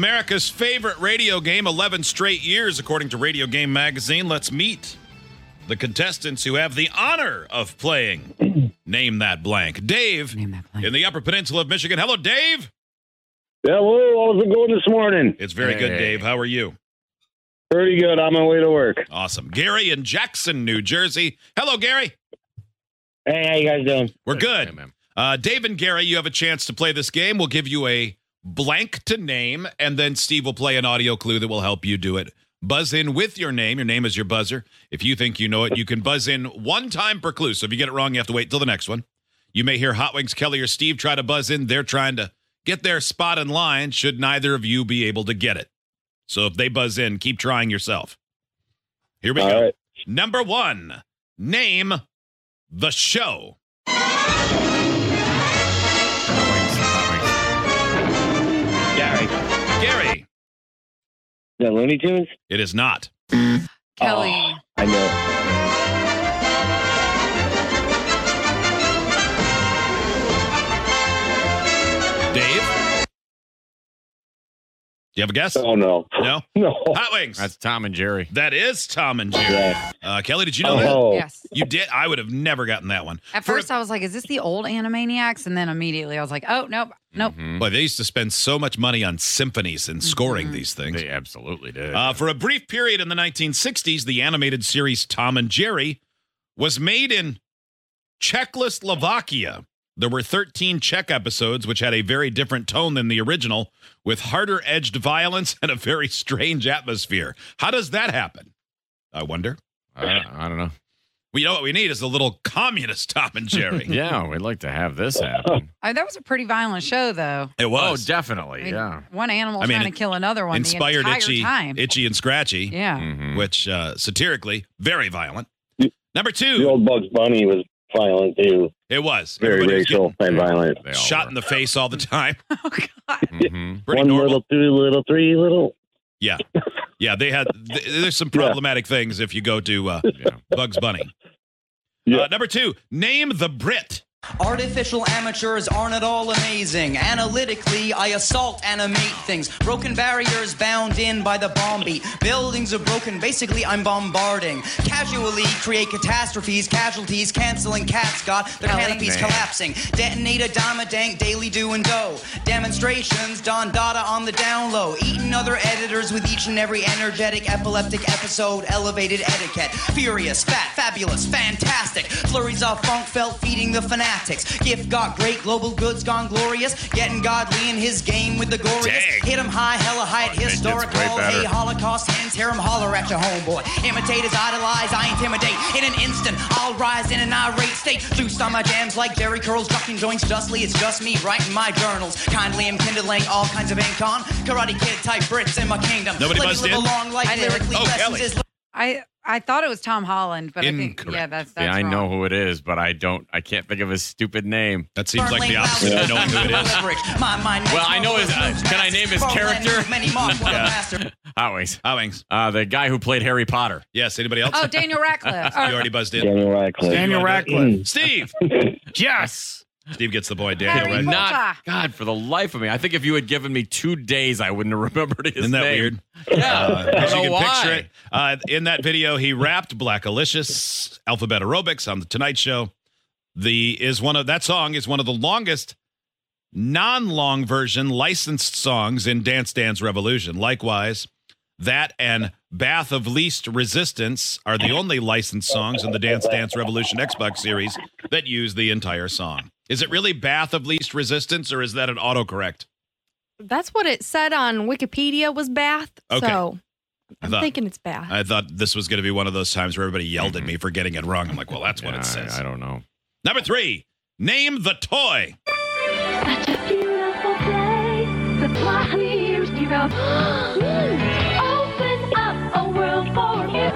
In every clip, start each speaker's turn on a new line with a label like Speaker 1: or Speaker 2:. Speaker 1: America's favorite radio game, 11 straight years, according to Radio Game Magazine. Let's meet the contestants who have the honor of playing Name That Blank. Dave
Speaker 2: Name that blank.
Speaker 1: in the Upper Peninsula of Michigan. Hello, Dave.
Speaker 3: Hello, how's it going this morning?
Speaker 1: It's very good,
Speaker 4: Hey.
Speaker 1: Dave. How are you?
Speaker 3: Pretty good. On my way to work.
Speaker 1: Awesome. Gary in Jackson, New Jersey. Hello, Gary.
Speaker 3: Hey, how you guys doing?
Speaker 1: We're good.
Speaker 4: Hey, man.
Speaker 1: Uh, Dave and Gary, you have a chance to play this game. We'll give you a blank to name, and then Steve will play an audio clue that will help you do it. Buzz in with your name. Your name is your buzzer. If you think you know it, you can buzz in one time per clue. So if you get it wrong, you have to wait till the next one. You may hear Hot Wings Kelly or Steve try to buzz in. They're trying to get their spot in line, should neither of you be able to get it. So if they buzz in, keep trying yourself. Here we
Speaker 3: All
Speaker 1: go.
Speaker 3: right.
Speaker 1: Number one, name the show.
Speaker 4: Hot
Speaker 3: Gary.
Speaker 1: Gary,
Speaker 3: The Looney Tunes?
Speaker 1: it is not.
Speaker 2: Kelly.
Speaker 3: Oh, I know.
Speaker 1: Dave? Do you have a guess?
Speaker 3: Oh no.
Speaker 1: No?
Speaker 3: No.
Speaker 1: Hot Wings.
Speaker 4: Wings. That's Tom and Jerry.
Speaker 1: That is Tom and Jerry.
Speaker 3: Yeah.
Speaker 1: Uh, Kelly, did you know that?
Speaker 3: Oh.
Speaker 2: Yes.
Speaker 1: You did? I would have never gotten that one.
Speaker 2: At
Speaker 1: For-
Speaker 2: first, I was like, "Is this the old Animaniacs?" And then immediately, I was like, "Oh
Speaker 1: Mm.
Speaker 2: nope, nope."
Speaker 4: Mhm.
Speaker 1: Boy, they used to spend so much money on symphonies and scoring
Speaker 2: Mhm.
Speaker 1: these things.
Speaker 4: They absolutely did.
Speaker 1: Uh, for a brief period in the 1960s, the animated series Tom and Jerry was made in Czechoslovakia. There were 13 Czech episodes, which had a very different tone than the original, with harder edged violence and a very strange atmosphere. How does that happen? I wonder.
Speaker 4: I, I don't know.
Speaker 1: We know what we need is a little communist Tom and Jerry.
Speaker 4: Yeah, we'd like to have this happen.
Speaker 2: Oh, that was a pretty violent show, though.
Speaker 1: It
Speaker 4: oh,
Speaker 1: was
Speaker 2: I
Speaker 4: definitely.
Speaker 2: mean,
Speaker 4: Yeah.
Speaker 2: One animal
Speaker 1: I mean,
Speaker 2: trying to kill another one
Speaker 1: inspired
Speaker 2: the entire
Speaker 1: itchy,
Speaker 2: time.
Speaker 1: itchy and scratchy,
Speaker 2: yeah.
Speaker 4: Mhm.
Speaker 1: which uh, satirically very violent.
Speaker 3: Y-
Speaker 1: Number two,
Speaker 3: The old Bugs Bunny was violent too.
Speaker 1: it was
Speaker 3: Very
Speaker 1: Everybody was getting-
Speaker 3: racial and violent.
Speaker 4: They all
Speaker 1: shot in the face all the time.
Speaker 2: Oh God.
Speaker 4: were. Mhm.
Speaker 1: Pretty
Speaker 3: One
Speaker 1: normal.
Speaker 3: little, two little, three little.
Speaker 1: yeah, they had. Th- there's some
Speaker 3: Yeah.
Speaker 1: problematic things if you go to uh,
Speaker 4: Yeah.
Speaker 1: Bugs Bunny.
Speaker 3: Yeah.
Speaker 1: Uh, number two, name the Brit.
Speaker 5: Artificial amateurs aren't at all amazing. Analytically, I assault, animate things. Broken barriers bound in by the bomb beat. Buildings are broken, basically, I'm bombarding. Casually create catastrophes, casualties, canceling cats got their
Speaker 2: Ellie.
Speaker 5: canopies
Speaker 4: Man.
Speaker 5: collapsing. Detonate a dime a dank, daily do and do. Demonstrations, Don Dada on the down low. Eating other editors with each and every energetic, epileptic episode, elevated etiquette. Furious, fat, fabulous, fantastic. Flurries of funk felt feeding the fanatics. Gift got great, global goods gone glorious. Getting godly in his game with the glorious.
Speaker 4: Dang.
Speaker 5: Hit him high, hella high,
Speaker 4: It gets way
Speaker 5: historical. Hey,
Speaker 4: better.
Speaker 5: Holocaust hands, hear him holler at your homeboy. Imitators idolize, I intimidate. In an instant, I'll rise in an irate state. Loose on my jams like Jerry curls, ducking joints justly. It's just me writing my journals. Kindly am kindling all kinds of ink on. Karate kid type Brits in my kingdom.
Speaker 1: Nobody
Speaker 5: Let me
Speaker 1: buzzed
Speaker 5: live
Speaker 1: in?
Speaker 5: a long life
Speaker 2: I did.
Speaker 5: lyrically.
Speaker 1: Oh,
Speaker 5: lessons
Speaker 1: Kelly.
Speaker 5: is
Speaker 2: I I thought it was Tom Holland, but I think yeah,
Speaker 1: Incorrect.
Speaker 2: that's that's
Speaker 4: Yeah, I
Speaker 2: wrong.
Speaker 4: know who it is, but I don't. I can't think of his stupid name.
Speaker 1: That seems like
Speaker 5: Burnley
Speaker 1: the opposite of
Speaker 5: Lounge.
Speaker 1: knowing who it is.
Speaker 5: Leverage. My mind
Speaker 4: Well,
Speaker 5: makes
Speaker 4: I know his-
Speaker 5: marvelous
Speaker 4: uh, can I name his
Speaker 5: moves.
Speaker 4: character?
Speaker 5: Roland, Many marks, what a
Speaker 1: Yeah.
Speaker 5: master.
Speaker 4: Hot wings.
Speaker 1: Hot wings.
Speaker 4: Uh, the guy who played Harry Potter.
Speaker 1: Yes. Anybody else?
Speaker 2: Oh, Daniel Radcliffe.
Speaker 1: you already buzzed in.
Speaker 3: Daniel Radcliffe.
Speaker 1: Daniel
Speaker 3: Radcliffe.
Speaker 1: Steve.
Speaker 4: Yes.
Speaker 1: Steve gets the point. Daniel
Speaker 2: Harry
Speaker 1: Radcliffe.
Speaker 2: Potter.
Speaker 4: Not God for the life of me. I think if you had given me two days, I wouldn't have remembered his
Speaker 1: Isn't that
Speaker 4: name.
Speaker 1: weird?
Speaker 4: Yeah,
Speaker 1: Uh,
Speaker 4: I
Speaker 1: as
Speaker 4: don't
Speaker 1: you
Speaker 4: know
Speaker 1: can
Speaker 4: why.
Speaker 1: picture it, uh, in that video, he rapped "Blackalicious," Alphabet Aerobics on the Tonight Show. The is one of that song is one of the longest non-long version licensed songs in Dance Dance Revolution. Likewise, that and "Bath of Least Resistance" are the only licensed songs in the Dance Dance Revolution Xbox series that use the entire song. Is it really "Bath of Least Resistance" or is that an autocorrect?
Speaker 6: That's what it said on Wikipedia was bath.
Speaker 1: Okay. Uh,
Speaker 6: So I'm
Speaker 1: thought-
Speaker 6: thinking it's bath.
Speaker 1: I thought this was going to be one of those times where everybody yelled at me for getting it wrong. I'm like, well, that's what
Speaker 4: Mm-hmm. Yeah,
Speaker 1: it says.
Speaker 4: I, I don't know.
Speaker 1: Number three, name the toy.
Speaker 7: Such a beautiful place that my dreams develop. Open up a world for you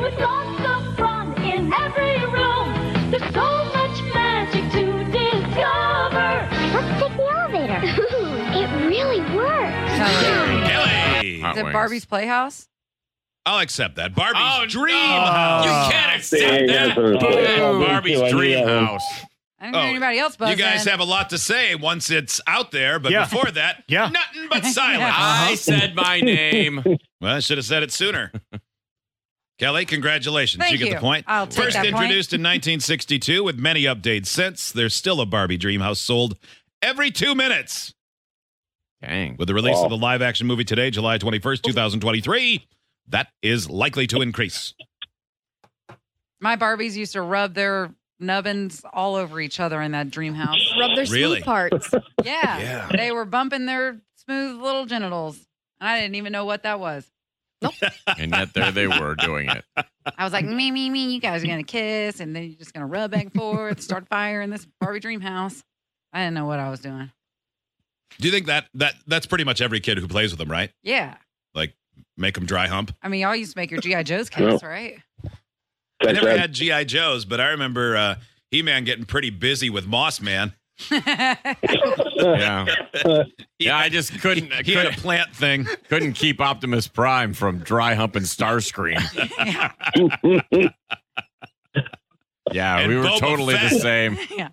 Speaker 7: with lots of fun in every room. There's so much magic to discover. Let's take the elevator. it really works.
Speaker 2: Kelly.
Speaker 1: Kelly.
Speaker 4: Hot
Speaker 2: Oh, Is it
Speaker 4: wings.
Speaker 2: Barbie's Playhouse?
Speaker 1: I'll accept that. Barbie's
Speaker 4: Oh,
Speaker 1: dream
Speaker 4: no.
Speaker 1: house.
Speaker 3: Ah,
Speaker 4: You can't accept that.
Speaker 3: Boo.
Speaker 4: Barbie's
Speaker 3: I knew that
Speaker 4: dream
Speaker 3: one.
Speaker 4: house.
Speaker 2: I didn't hear anybody else buzzing.
Speaker 1: Oh, You guys have a lot to say once it's out there, but
Speaker 8: Yeah.
Speaker 1: before that,
Speaker 8: Yeah.
Speaker 1: nothing but silence.
Speaker 4: I said my name.
Speaker 1: Well, I should have said it sooner. Kelly, congratulations.
Speaker 2: Thank
Speaker 1: you get
Speaker 2: you.
Speaker 1: the point.
Speaker 2: I'll take
Speaker 1: First
Speaker 2: that point.
Speaker 1: introduced in 1962 with many updates since, there's still a Barbie dream house sold every 2 minutes.
Speaker 4: Dang.
Speaker 1: With the release
Speaker 3: Wow.
Speaker 1: of the live action movie today, July 21st, 2023, that is likely to increase.
Speaker 2: My Barbies used to rub their nubbins all over each other in that dream house.
Speaker 6: Rub their
Speaker 1: Really?
Speaker 6: sleeve parts.
Speaker 2: Yeah.
Speaker 1: Yeah.
Speaker 2: They were bumping their smooth little genitals. And I didn't even know what that was.
Speaker 4: And yet there they were doing it.
Speaker 2: I was like, me, me, me, you guys are going to kiss. And then you're just going to rub back and forth, start a fire in this Barbie dream house. I didn't know what I was doing.
Speaker 1: Do you think that that that's pretty much every kid who plays with them, right?
Speaker 2: Yeah.
Speaker 1: Make them dry hump.
Speaker 2: I mean, y'all used to make your G.I. Joe's kiss, right?
Speaker 1: I
Speaker 3: Thanks,
Speaker 1: never
Speaker 3: Ed.
Speaker 1: had GI Joes, but I remember uh, He Man getting pretty busy with Moss Man.
Speaker 4: Yeah. Yeah, I just couldn't I
Speaker 1: He had a
Speaker 4: couldn't,
Speaker 1: plant thing.
Speaker 4: couldn't keep Optimus Prime from dry humping Starscream.
Speaker 2: yeah.
Speaker 4: Yeah,
Speaker 1: And
Speaker 4: we were
Speaker 1: Boba
Speaker 4: totally the
Speaker 1: Fett.
Speaker 4: same.
Speaker 2: yeah.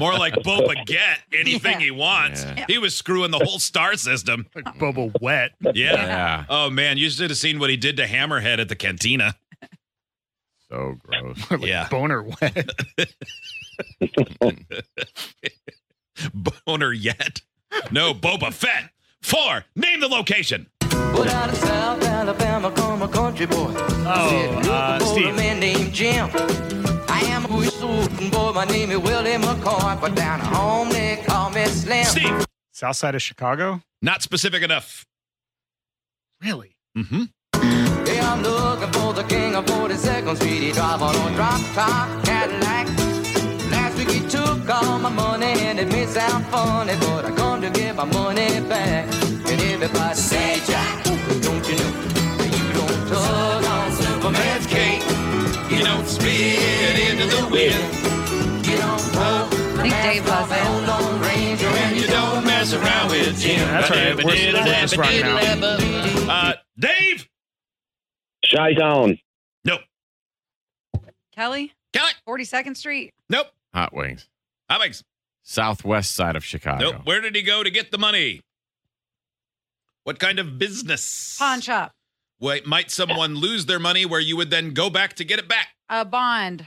Speaker 1: More like Boba Get anything
Speaker 2: Yeah.
Speaker 1: he wants.
Speaker 4: Yeah.
Speaker 1: He was screwing the whole star system.
Speaker 8: Like Bubba Wet.
Speaker 1: Yeah.
Speaker 4: Yeah.
Speaker 1: Oh man, you should have seen what he did to Hammerhead at the cantina.
Speaker 4: So gross.
Speaker 8: Like
Speaker 1: Yeah.
Speaker 8: Boner Wet.
Speaker 1: Boner yet? No, Boba Fett. Four. Name the location.
Speaker 5: Well, down in South Alabama, come a country boy.
Speaker 8: Oh, uh,
Speaker 5: Boy, a
Speaker 8: Steve.
Speaker 5: man named Jim. I am a whistle-whooping boy. My name is Willie McCoy, but down home they call me Slim.
Speaker 1: Steve.
Speaker 8: South side of Chicago?
Speaker 1: Not specific enough.
Speaker 8: Really?
Speaker 1: Mm-hmm.
Speaker 5: Yeah, I'm looking for the king of 42nd Street. He drive on a drop top Cadillac. Last week he took all my money, and it may sound funny, but I come to get my money back. And everybody say, Jack, don't you know that you don't tug on Superman's cape? You don't spin into the wind. You don't tug.
Speaker 2: I think Dave loves it.
Speaker 1: You don't mess around with Jim.
Speaker 8: That's all right. We're, we're just rocking out.
Speaker 1: Uh, Dave.
Speaker 3: Shy Town.
Speaker 1: Nope.
Speaker 2: Kelly,
Speaker 1: Kelly.
Speaker 2: 42nd Street.
Speaker 1: Nope.
Speaker 4: Hot wings.
Speaker 1: How makes?
Speaker 4: Southwest side of Chicago.
Speaker 1: Nope. Where did he go to get the money? What kind of business?
Speaker 2: Pawn shop.
Speaker 1: Wait, might someone lose their money where you would then go back to get it back?
Speaker 2: A bond.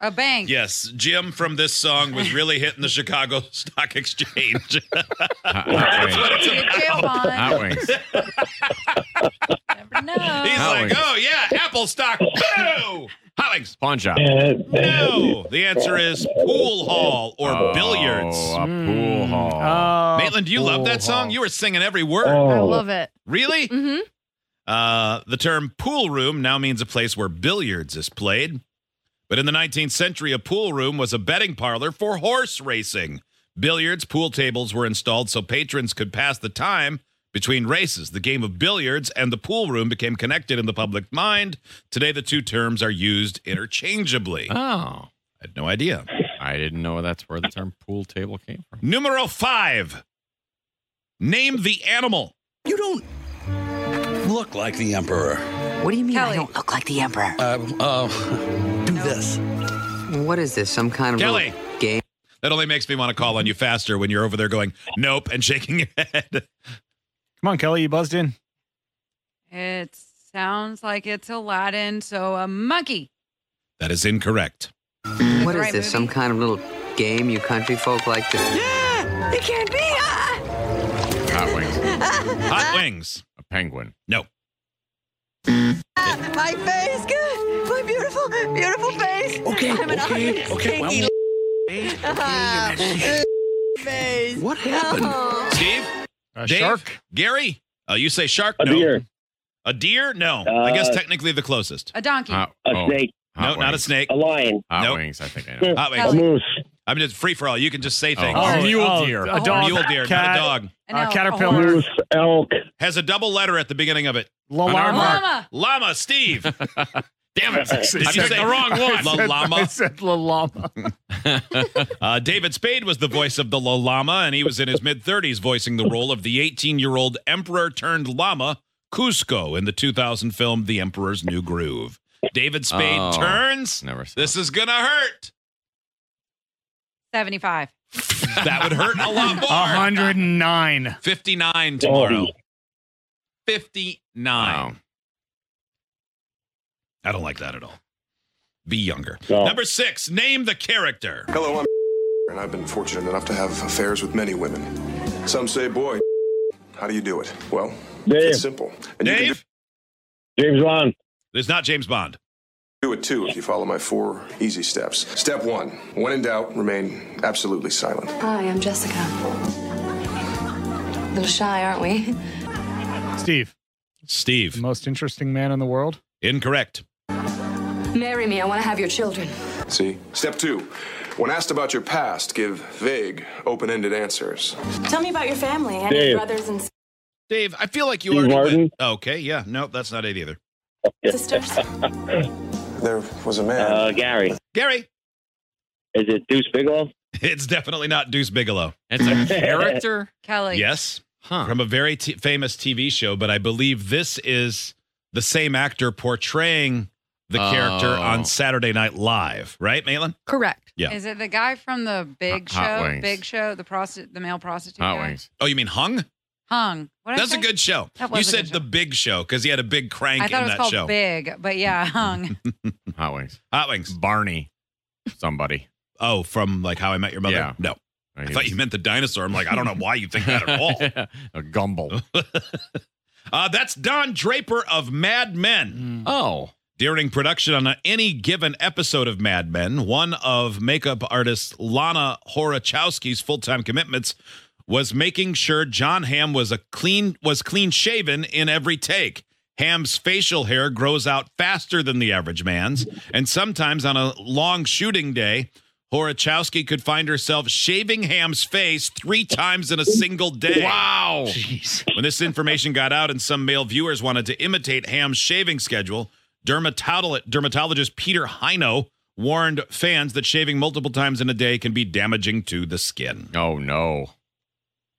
Speaker 2: A bank.
Speaker 1: Yes, Jim from this song was really hitting the Chicago Stock Exchange.
Speaker 4: Hot, hot
Speaker 1: That's
Speaker 4: wings.
Speaker 1: what it's
Speaker 2: A jail
Speaker 1: about.
Speaker 2: bond.
Speaker 4: Hot wings.
Speaker 2: Never
Speaker 1: He's
Speaker 2: know.
Speaker 4: Hot
Speaker 1: like,
Speaker 4: wings.
Speaker 1: oh yeah, Apple stock. No, Hollings.
Speaker 4: Pawn shop.
Speaker 1: No, the answer is pool hall or
Speaker 4: Oh,
Speaker 1: billiards. Hmm.
Speaker 4: a pool hall.
Speaker 8: Oh,
Speaker 1: Maitland, do you love that song? You were singing every word.
Speaker 6: I
Speaker 3: Oh.
Speaker 6: love it.
Speaker 1: Really?
Speaker 6: Mm-hmm.
Speaker 1: Uh, the term pool room now means a place where billiards is played. But in the 19th century, a pool room was a betting parlor for horse racing. Billiards, pool tables were installed so patrons could pass the time between races. The game of billiards and the pool room became connected in the public mind. Today, the two terms are used interchangeably. I
Speaker 4: Oh.
Speaker 1: had no idea.
Speaker 4: I didn't know that's where the term pool table came from.
Speaker 1: Numero five. Name the animal.
Speaker 9: You don't look like the emperor.
Speaker 10: What do you mean
Speaker 2: Kelly.
Speaker 10: I don't look like the emperor?
Speaker 9: Uh, uh, do this.
Speaker 10: what is this? Some kind of
Speaker 1: Kelly.
Speaker 10: game?
Speaker 1: That only makes me want to call on you faster when you're over there going, nope, and shaking your head.
Speaker 8: Come on, Kelly. You buzzed in.
Speaker 2: It sounds like it's Aladdin, so a monkey.
Speaker 1: That is incorrect.
Speaker 10: What
Speaker 2: the
Speaker 10: is
Speaker 2: right
Speaker 10: this? Some
Speaker 2: movie.
Speaker 10: kind of little game you country folk like to? Yeah, it can't be.
Speaker 6: Ah,
Speaker 4: Hot wings.
Speaker 1: Hot wings.
Speaker 4: A penguin.
Speaker 1: No.
Speaker 6: ah.
Speaker 10: my face, good, my beautiful, beautiful face.
Speaker 9: Okay, okay, okay. Well,
Speaker 10: face.
Speaker 9: what happened?
Speaker 6: Oh.
Speaker 1: Steve?
Speaker 8: A
Speaker 1: Dave?
Speaker 8: shark?
Speaker 1: Gary? Uh, you say shark?
Speaker 3: A
Speaker 1: no.
Speaker 3: deer.
Speaker 1: A deer? No. I guess
Speaker 3: Uh,
Speaker 1: technically the closest.
Speaker 2: A donkey.
Speaker 4: Hot,
Speaker 3: A
Speaker 4: oh,
Speaker 3: snake.
Speaker 1: No,
Speaker 4: hot
Speaker 1: not a
Speaker 4: wings.
Speaker 1: snake.
Speaker 3: A lion.
Speaker 4: Hot
Speaker 1: Nope.
Speaker 4: wings. I think I know.
Speaker 1: Hot
Speaker 3: A
Speaker 1: wings.
Speaker 2: Kelly.
Speaker 3: moose.
Speaker 1: I'm just free for all. You can just say things.
Speaker 4: Oh, a mule
Speaker 8: oh,
Speaker 4: deer.
Speaker 8: A
Speaker 2: A
Speaker 8: dog.
Speaker 1: Mule deer, not
Speaker 8: cat,
Speaker 1: a dog.
Speaker 2: An
Speaker 8: uh,
Speaker 2: elk, a
Speaker 8: caterpillar.
Speaker 2: horse.
Speaker 3: Moose, elk.
Speaker 1: Has a double letter at the beginning of it.
Speaker 8: La
Speaker 4: An
Speaker 8: llama.
Speaker 4: arm Mark.
Speaker 2: Llama.
Speaker 1: Llama, Steve. Damn it.
Speaker 8: I said-
Speaker 1: Did you
Speaker 4: I
Speaker 1: say
Speaker 4: said-
Speaker 1: the wrong
Speaker 8: I
Speaker 1: one? La
Speaker 8: said- I
Speaker 1: llama.
Speaker 8: said la llama.
Speaker 1: Uh, David Spade was the voice of the La Llama, and he was in his mid 30s voicing the role of the 18 year old emperor turned llama, Cusco, in the 2000 film The Emperor's New Groove. David Spade
Speaker 4: Oh.
Speaker 1: turns.
Speaker 4: Never saw
Speaker 1: This is going to hurt.
Speaker 2: 75.
Speaker 1: That would hurt a lot more.
Speaker 8: 109.
Speaker 1: 59 tomorrow. 59. I don't like that at all. Be younger. Number six, name the character.
Speaker 11: Hello, I'm and I've been fortunate enough to have affairs with many women. Some say, boy, how do you do it? Well, it's simple. And you can
Speaker 1: Dave?
Speaker 11: James Bond.
Speaker 1: It's not James Bond.
Speaker 11: do it too if you follow my four easy steps. Step one when in doubt, remain absolutely silent.
Speaker 12: Hi, I'm Jessica. A little shy, aren't we?
Speaker 8: Steve.
Speaker 1: Steve.
Speaker 8: The most interesting man in the world.
Speaker 1: Incorrect.
Speaker 12: Marry me. I want to have your children.
Speaker 11: See? Step two when asked about your past, give vague, open ended answers.
Speaker 12: Tell me about your family and
Speaker 11: Dave.
Speaker 12: your brothers and
Speaker 1: Dave, I feel like you
Speaker 11: Steve
Speaker 1: already
Speaker 11: Martin?
Speaker 1: went- Okay, yeah. Nope, that's not it either.
Speaker 12: sisters.
Speaker 11: There was a man.
Speaker 3: Uh, Gary.
Speaker 1: Gary.
Speaker 3: Is it Deuce Bigelow?
Speaker 1: It's definitely not Deuce Bigelow.
Speaker 4: It's a
Speaker 1: character?
Speaker 2: Kelly.
Speaker 1: Yes. From a very t- famous TV show, but I believe this is the same actor portraying the character
Speaker 4: Oh.
Speaker 1: on Saturday Night Live, right, Maitland?
Speaker 6: Correct.
Speaker 1: Yeah.
Speaker 2: Is it the guy from the big
Speaker 1: Hot- Hot
Speaker 2: show?
Speaker 1: Wings.
Speaker 2: Big show, the prosti- the male prostitute guy?
Speaker 1: Oh, you mean Hung?
Speaker 2: Hung. What
Speaker 1: That's a good show.
Speaker 2: That
Speaker 1: you
Speaker 2: was a
Speaker 1: said
Speaker 2: good
Speaker 1: the big show because he had a big crank
Speaker 2: I
Speaker 1: in
Speaker 2: thought it was
Speaker 1: that
Speaker 2: called
Speaker 1: show.
Speaker 2: Big, but yeah, Hung.
Speaker 4: Hot Wings.
Speaker 1: Hot Wings.
Speaker 4: Barney. Somebody.
Speaker 1: Oh, from like How I Met Your Mother?
Speaker 4: Yeah.
Speaker 1: No. I thought you meant the dinosaur. I'm like, I don't know why you think that at all.
Speaker 4: a gumble.
Speaker 1: Uh, that's Don Draper of Mad Men.
Speaker 4: Oh.
Speaker 1: During production on any given episode of Mad Men, one of makeup artist Lana Horachowski's full-time commitments was making sure John Hamm was a clean was clean shaven in every take. Ham's facial hair grows out faster than the average man's, and sometimes on a long shooting day, Horachowski could find herself shaving Ham's face three times in a single day.
Speaker 4: Wow.
Speaker 1: When this information got out and some male viewers wanted to imitate Ham's shaving schedule, dermatolo- dermatologist Peter Hino warned fans that shaving multiple times in a day can be damaging to the skin.
Speaker 4: Oh no.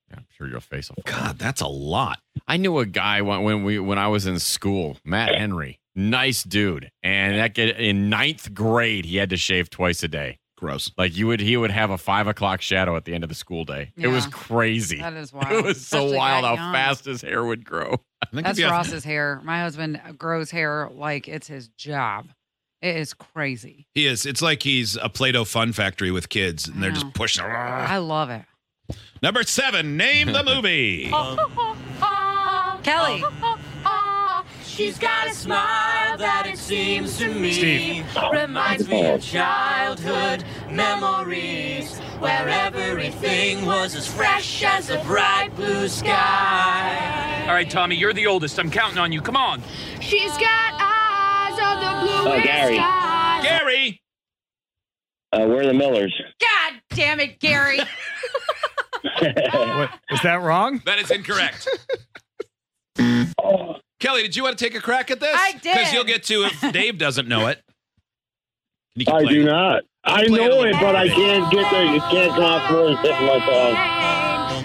Speaker 4: Yeah, I'm sure your face will fall.
Speaker 1: God, that's a lot.
Speaker 4: I knew a guy when, when we when I was in school, Matt Henry. Nice dude. And that kid in ninth grade, he had to shave twice a day.
Speaker 1: Gross.
Speaker 4: Like you would he would have a five o'clock shadow at the end of the school day. It was
Speaker 2: Yeah.
Speaker 4: crazy.
Speaker 2: That is wild.
Speaker 4: It was so
Speaker 2: Especially
Speaker 4: wild
Speaker 2: that
Speaker 4: how
Speaker 2: young.
Speaker 4: fast his hair would grow.
Speaker 1: I think if
Speaker 2: That's
Speaker 1: you have-
Speaker 2: Ross's hair. My husband grows hair like it's his job. It is crazy.
Speaker 1: He is. It's like he's a Play-Doh fun factory with kids, and they're just pushing.
Speaker 2: I love it.
Speaker 1: Number seven. Name the movie.
Speaker 2: Oh.
Speaker 6: Ah.
Speaker 2: Kelly.
Speaker 7: Ah, She's got a smile that it seems to me
Speaker 8: Steve.
Speaker 7: reminds me
Speaker 3: Oh.
Speaker 7: of childhood memories where everything was as fresh as a bright blue sky.
Speaker 13: All right, Tommy, you're the oldest. I'm counting on you. Come on.
Speaker 7: She's got eyes of the
Speaker 3: Oh,
Speaker 7: bluest
Speaker 13: Gary.
Speaker 7: sky.
Speaker 1: Gary.
Speaker 3: Uh, we're the Millers.
Speaker 2: God damn it, Gary.
Speaker 8: What, is that wrong?
Speaker 1: That is incorrect.
Speaker 3: Oh,
Speaker 1: Kelly, did you want to take a crack at this?
Speaker 2: I did.
Speaker 1: Because you'll get to if Dave doesn't know it. You can
Speaker 3: I
Speaker 1: play
Speaker 3: do
Speaker 1: it.
Speaker 3: not. I
Speaker 1: play
Speaker 3: know
Speaker 1: it on
Speaker 3: it,
Speaker 1: the
Speaker 3: but I
Speaker 1: radio.
Speaker 3: can't get there. You can't come off words with my song.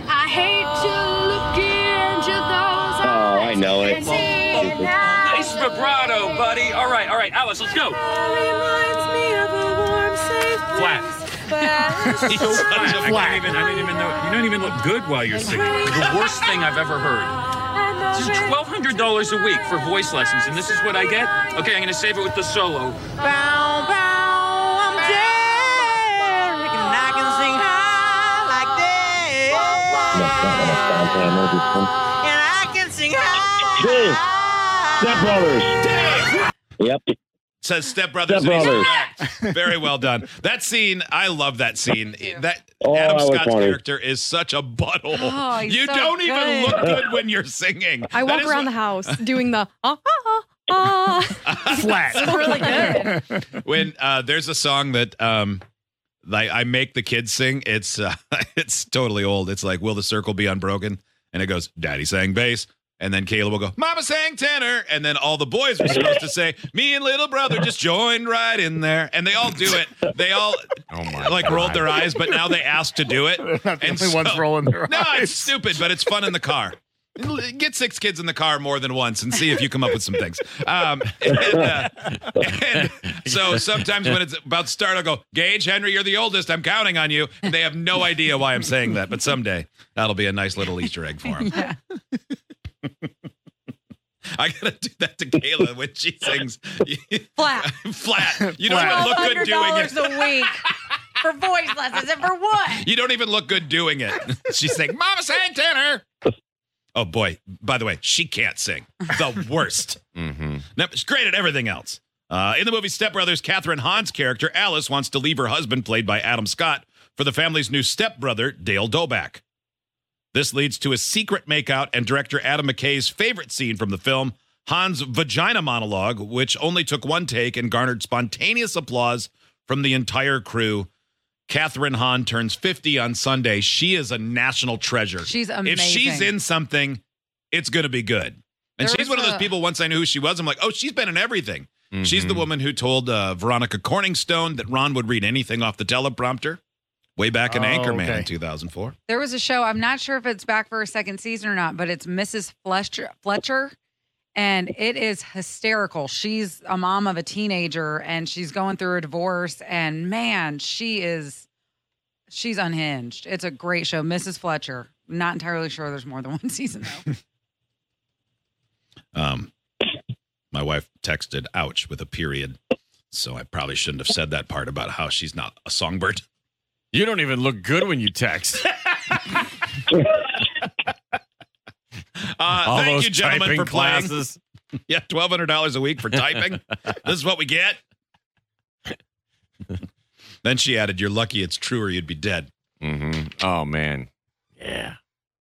Speaker 7: I hate to look into those
Speaker 3: Oh, I know it.
Speaker 7: eyes. and see
Speaker 13: Nice vibrato, buddy. All right, all right, Alice, let's go.
Speaker 7: Reminds me of a warm, safe
Speaker 13: Flat.
Speaker 7: place.
Speaker 13: He's so flat. I can't even. I don't even know. You don't even look good while you're singing. The worst thing I've ever heard. This is twelve hundred dollars a week for voice lessons, and this is what I get. Okay, I'm gonna save it with the solo.
Speaker 7: Bow, bow, I'm Derek, and I can sing high like
Speaker 3: Oh,
Speaker 7: this. And I can sing high.
Speaker 3: Dave. Step Brothers. Yep.
Speaker 1: Says Step Brothers.
Speaker 3: Step
Speaker 1: and he's
Speaker 3: Brothers.
Speaker 1: correct. Very well done. That scene, I love that scene. That
Speaker 3: Oh,
Speaker 1: Adam
Speaker 3: that was
Speaker 1: Scott's
Speaker 3: funny.
Speaker 1: character is such a butthole.
Speaker 6: Oh, he's
Speaker 1: you
Speaker 6: so
Speaker 1: don't even
Speaker 6: good.
Speaker 1: look good when you're singing.
Speaker 6: I
Speaker 1: That
Speaker 6: walk
Speaker 1: is
Speaker 6: around the house doing the ah ah ah. ah.
Speaker 8: Flat.
Speaker 6: It's really good.
Speaker 1: when uh, there's a song that um, like I make the kids sing. It's uh, it's totally old. It's like "Will the Circle Be Unbroken?" and it goes, "Daddy sang bass." And then Kayla will go, Mama sang tenor. And then all the boys were supposed to say, Me and little brother just joined right in there. And they all do it. They all
Speaker 4: Oh my
Speaker 1: like rolled their
Speaker 4: God.
Speaker 1: eyes, but now they asked to do it.
Speaker 8: They're not the
Speaker 1: And
Speaker 8: only ones
Speaker 1: so-
Speaker 8: rolling their
Speaker 1: No,
Speaker 8: eyes.
Speaker 1: it's stupid, but it's fun in the car. Get six kids in the car more than once and see if you come up with some things. Um, and, uh, and so sometimes when it's about to start, I'll go, Gage, Henry, you're the oldest. I'm counting on you. And they have no idea why I'm saying that, but someday that'll be a nice little Easter egg for them. I gotta do that to Kayla when she sings
Speaker 2: Flat.
Speaker 1: flat. You don't even look good doing it.
Speaker 2: $1,200 a week for voice lessons and for what?
Speaker 1: You don't even look good doing it. She's saying, Mama sang dinner. Oh boy. By the way, she can't sing. The worst.
Speaker 4: Mm-hmm.
Speaker 1: Now, she's great at everything else. Uh, in the movie Step Brothers, Catherine Hahn's character Alice wants to leave her husband, played by Adam Scott, for the family's new stepbrother, Dale Doback. This leads to a secret makeout and director Adam McKay's favorite scene from the film, Han's vagina monologue, which only took one take and garnered spontaneous applause from the entire crew. Catherine Hahn turns 50 on Sunday. She is a national treasure.
Speaker 2: She's
Speaker 1: If she's
Speaker 2: amazing.
Speaker 1: in something, it's going to be good. And
Speaker 2: There
Speaker 1: she's
Speaker 2: was
Speaker 1: one of those
Speaker 2: a-
Speaker 1: people, once I knew who she was, I'm like, oh, she's been in everything. She's
Speaker 4: Mm-hmm.
Speaker 1: the woman who told uh, Veronica Corningstone that Ron would read anything off the teleprompter way back in
Speaker 14: Oh,
Speaker 1: Anchorman
Speaker 14: okay.
Speaker 1: in 2004.
Speaker 2: There was a show. I'm not sure if it's back for a second season or not, but it's Mrs. Fletcher. Fletcher, and it is hysterical. She's a mom of a teenager, and she's going through a divorce. And man, she is, she's unhinged. It's a great show, Mrs. Fletcher. Not entirely sure there's more than one season though.
Speaker 1: Um, my wife texted "ouch" with a period, so I probably shouldn't have said that part about how she's not a songbird.
Speaker 4: You don't even look good when you text.
Speaker 1: Uh,
Speaker 4: All
Speaker 1: thank
Speaker 4: those
Speaker 1: you, gentlemen,
Speaker 4: typing
Speaker 1: for playing.
Speaker 4: classes.
Speaker 1: Yeah, twelve hundred dollars a week for typing. this is what we get. then she added, "You're lucky it's true, or you'd be dead."
Speaker 4: Mm-hmm. Oh man. Yeah.